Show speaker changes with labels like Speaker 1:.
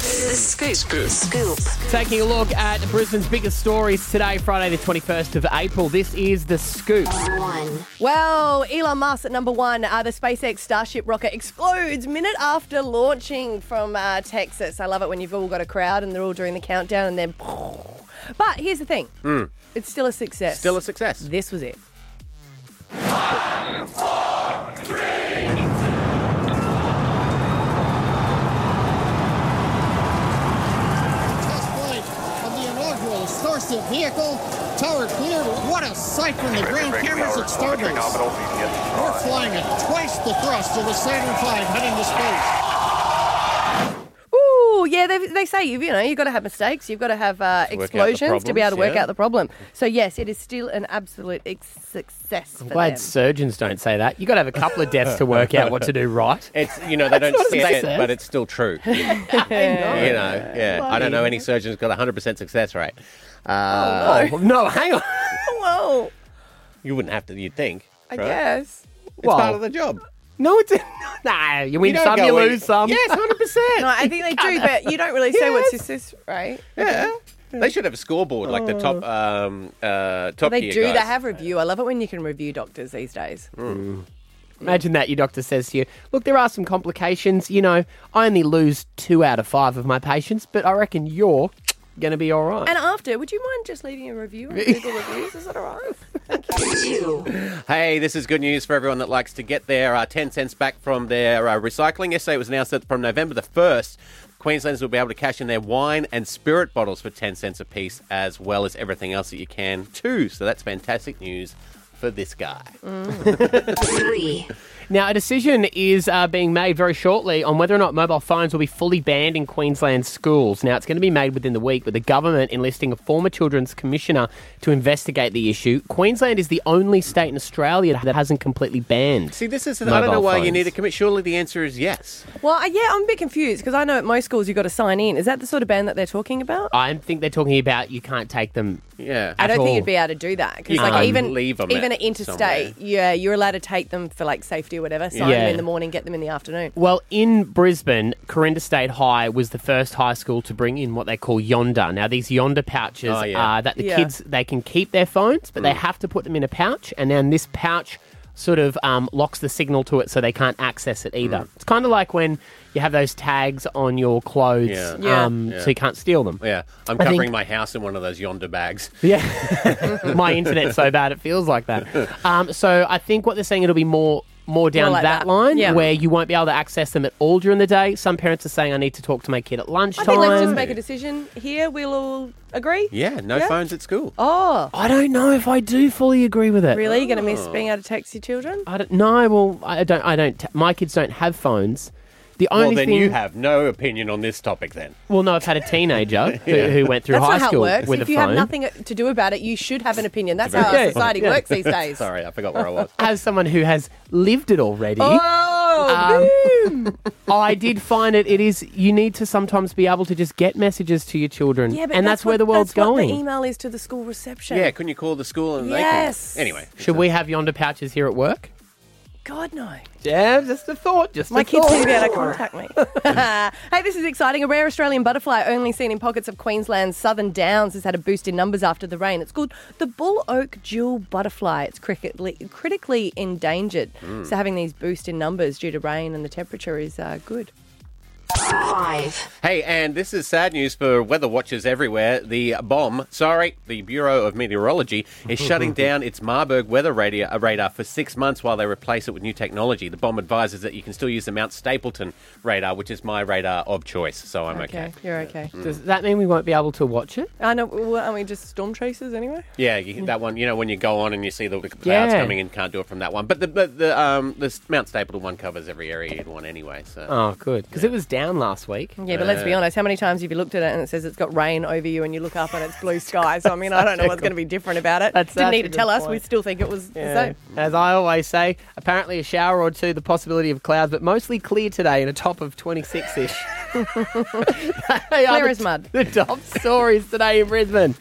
Speaker 1: Scoop. Scoop. Scoop.
Speaker 2: Taking a look at Brisbane's biggest stories today, Friday the 21st of April. This is The Scoop.
Speaker 1: One.
Speaker 3: Well, Elon Musk at number one. Uh, the SpaceX Starship rocket explodes minute after launching from uh, Texas. I love it when you've all got a crowd and they're all doing the countdown and then. But here's the thing it's still a success.
Speaker 2: Hmm. Still a success.
Speaker 3: This was it.
Speaker 4: test flight of the inaugural Starship vehicle. Tower cleared. What a sight from the ground cameras at Starbase. We're flying at twice the thrust of a Saturn V heading to space.
Speaker 3: Ooh, yeah, they, they say you've, you know, you've got to have mistakes, you've got to have uh,
Speaker 2: work out the
Speaker 3: explosions to be able to
Speaker 2: problems,
Speaker 3: work
Speaker 2: yeah.
Speaker 3: out the problem. So, yes, it is still an absolute ex- success. For
Speaker 2: Glad
Speaker 3: them.
Speaker 2: surgeons don't say that. You've got to have a couple of deaths to work out what to do right.
Speaker 5: It's you know they don't
Speaker 2: what it
Speaker 5: say it,
Speaker 2: says.
Speaker 5: but it's still true. you know, yeah. I don't know any surgeon's got a hundred percent success rate. Uh,
Speaker 2: Oh, no, hang on.
Speaker 3: Whoa,
Speaker 5: You wouldn't have to. You'd think.
Speaker 3: I
Speaker 5: right?
Speaker 3: guess.
Speaker 5: It's part of the job.
Speaker 2: No, it's. Nah, you win
Speaker 5: don't
Speaker 2: some,
Speaker 5: go
Speaker 2: you
Speaker 5: in-
Speaker 2: lose some.
Speaker 5: Yes, hundred percent.
Speaker 3: No, I think they do, but you don't really say what's your sis, right?
Speaker 5: Yeah. They should have a scoreboard like the top um, uh, top
Speaker 3: They
Speaker 5: gear
Speaker 3: do.
Speaker 5: guys. Mm.
Speaker 3: They have review. I love it when you can review doctors these days.
Speaker 2: Imagine that your doctor says to you, Look, there are some complications. You know, I only lose two out of five of my patients, but I reckon you're going to be all right.
Speaker 3: And after, would you mind just leaving a review on Google reviews? Is that all right?
Speaker 1: Two.
Speaker 5: Hey, this is good news for everyone that likes to get their uh, 10 cents back from their uh, recycling. Yesterday it was announced that from November the 1st, Queenslanders will be able to cash in their wine and spirit bottles for 10 cents apiece, as well as everything else that you can too. So that's fantastic news for this guy.
Speaker 1: Three.
Speaker 2: Now, a decision is uh, being made very shortly on whether or not mobile phones will be fully banned in Queensland schools. Now, it's going to be made within the week, with the government enlisting a former Children's Commissioner to investigate the issue. Queensland is the only state in Australia that hasn't completely banned.
Speaker 5: See, this is, I don't know
Speaker 2: Mobile
Speaker 5: why you
Speaker 2: phones.
Speaker 5: need to commit. Surely the answer is yes.
Speaker 3: Well, I- yeah, I'm a bit confused because I know at most schools you've got to sign in. Is that the sort of ban that they're talking
Speaker 5: Uh,
Speaker 3: about?
Speaker 2: I think they're talking about you can't take them.
Speaker 5: Yeah.
Speaker 3: I don't
Speaker 2: all.
Speaker 3: think you'd be able to do that because,
Speaker 5: You
Speaker 3: like,
Speaker 5: can't
Speaker 3: even
Speaker 5: leave 'em
Speaker 3: even
Speaker 5: at
Speaker 3: at interstate, yeah, you're allowed to take them for like safety or whatever. Sign
Speaker 2: Yeah.
Speaker 3: them in the morning, get them in the afternoon.
Speaker 2: Well, in Brisbane, Corinda State High was the first high school to bring in what they call yonder. Now, these yonder pouches
Speaker 5: Oh, yeah. Mm.
Speaker 2: are that the
Speaker 3: Yeah.
Speaker 2: kids they can keep their phones, but they have to put them in a pouch, and then this pouch sort of um, locks the signal to it, so they can't access it
Speaker 5: Mm.
Speaker 2: either. It's kind of like when you have those tags on your clothes,
Speaker 5: Yeah.
Speaker 3: Yeah.
Speaker 2: Um,
Speaker 5: Yeah.
Speaker 2: so you can't steal them.
Speaker 5: Yeah. I'm
Speaker 2: I think-
Speaker 5: covering my house in one of those yonder bags.
Speaker 2: Yeah. My internet's so bad it feels like that. Um, so I think what they're saying it'll be more more down
Speaker 3: More like
Speaker 2: that,
Speaker 3: that.
Speaker 2: line
Speaker 3: Yeah.
Speaker 2: where you won't be able to access them at all during the day. Some parents are saying I need to talk to my kid at
Speaker 3: I
Speaker 2: lunchtime.
Speaker 3: think let's just make a decision here. We'll all agree.
Speaker 5: Yeah, no
Speaker 3: Yeah.
Speaker 5: phones at school.
Speaker 3: Oh,
Speaker 2: I don't know if I do fully agree with it.
Speaker 3: really? You're going to miss
Speaker 5: Oh.
Speaker 3: being able to text your children?
Speaker 2: I don't no, well I don't I don't my kids don't have phones. The only
Speaker 5: Well, then
Speaker 2: thing
Speaker 5: you have no opinion on this topic then.
Speaker 2: well no I've had a teenager who, who went through
Speaker 3: That's
Speaker 2: high
Speaker 3: not how it
Speaker 2: school
Speaker 3: works.
Speaker 2: with
Speaker 3: If
Speaker 2: a
Speaker 3: you
Speaker 2: phone.
Speaker 3: have nothing to do about it, you should have an opinion. That's how
Speaker 2: Yeah.
Speaker 3: our society
Speaker 2: Yeah.
Speaker 3: works these days.
Speaker 5: Sorry, I forgot where I was.
Speaker 2: As someone who has lived it already, Um,
Speaker 3: Oh,
Speaker 2: I did find it. It is you need to sometimes be able to just get messages to your children,
Speaker 3: yeah, but
Speaker 2: and that's, where the world's
Speaker 3: that's what
Speaker 2: going.
Speaker 3: the email is to the school reception.
Speaker 5: Yeah, couldn't you call the school and
Speaker 3: Yes.
Speaker 5: they can... Anyway.
Speaker 2: Should we have yonder pouches here at work?
Speaker 3: God no.
Speaker 2: Yeah, just a thought. Just
Speaker 3: My kids need to be able to contact me. hey, this is exciting. A rare Australian butterfly only seen in pockets of Queensland's southern downs has had a boost in numbers after the rain. It's called the bull oak jewel butterfly. It's critically, critically endangered.
Speaker 2: Hmm.
Speaker 3: So having these boost in numbers due to rain and the temperature is uh, good.
Speaker 1: Five.
Speaker 5: Hey, and this is sad news for weather watchers everywhere. The bomb, sorry, the Bureau of Meteorology is shutting down its Marburg weather radio, uh, radar for six months while they replace it with new technology. The bomb advises that you can still use the Mount Stapleton radar, which is my radar of choice, so I'm okay.
Speaker 3: you're okay.
Speaker 2: Does that mean we won't be able to watch it?
Speaker 3: I know. well, Aren't we just storm chasers anyway?
Speaker 5: Yeah, you, that one, you know, when you go on and you see the clouds
Speaker 2: Yeah.
Speaker 5: coming in, can't do it from that one. But the but the um, the Mount Stapleton one covers every area you'd want anyway, so.
Speaker 2: Oh, good, because it was down last week.
Speaker 3: Yeah, but let's be honest. How many times have you looked at it and it says it's got rain over you, and you look up and it's blue sky? So I mean, I don't know what's going to be different about it.
Speaker 2: That's-
Speaker 3: Didn't
Speaker 2: that's
Speaker 3: need
Speaker 2: a
Speaker 3: to
Speaker 2: good
Speaker 3: tell us.
Speaker 2: point.
Speaker 3: We still think it was the same.
Speaker 2: As I always say, apparently a shower or two, the possibility of clouds, but mostly clear today and a top of 26 ish.
Speaker 3: Clear as mud.
Speaker 2: The top stories today in Brisbane.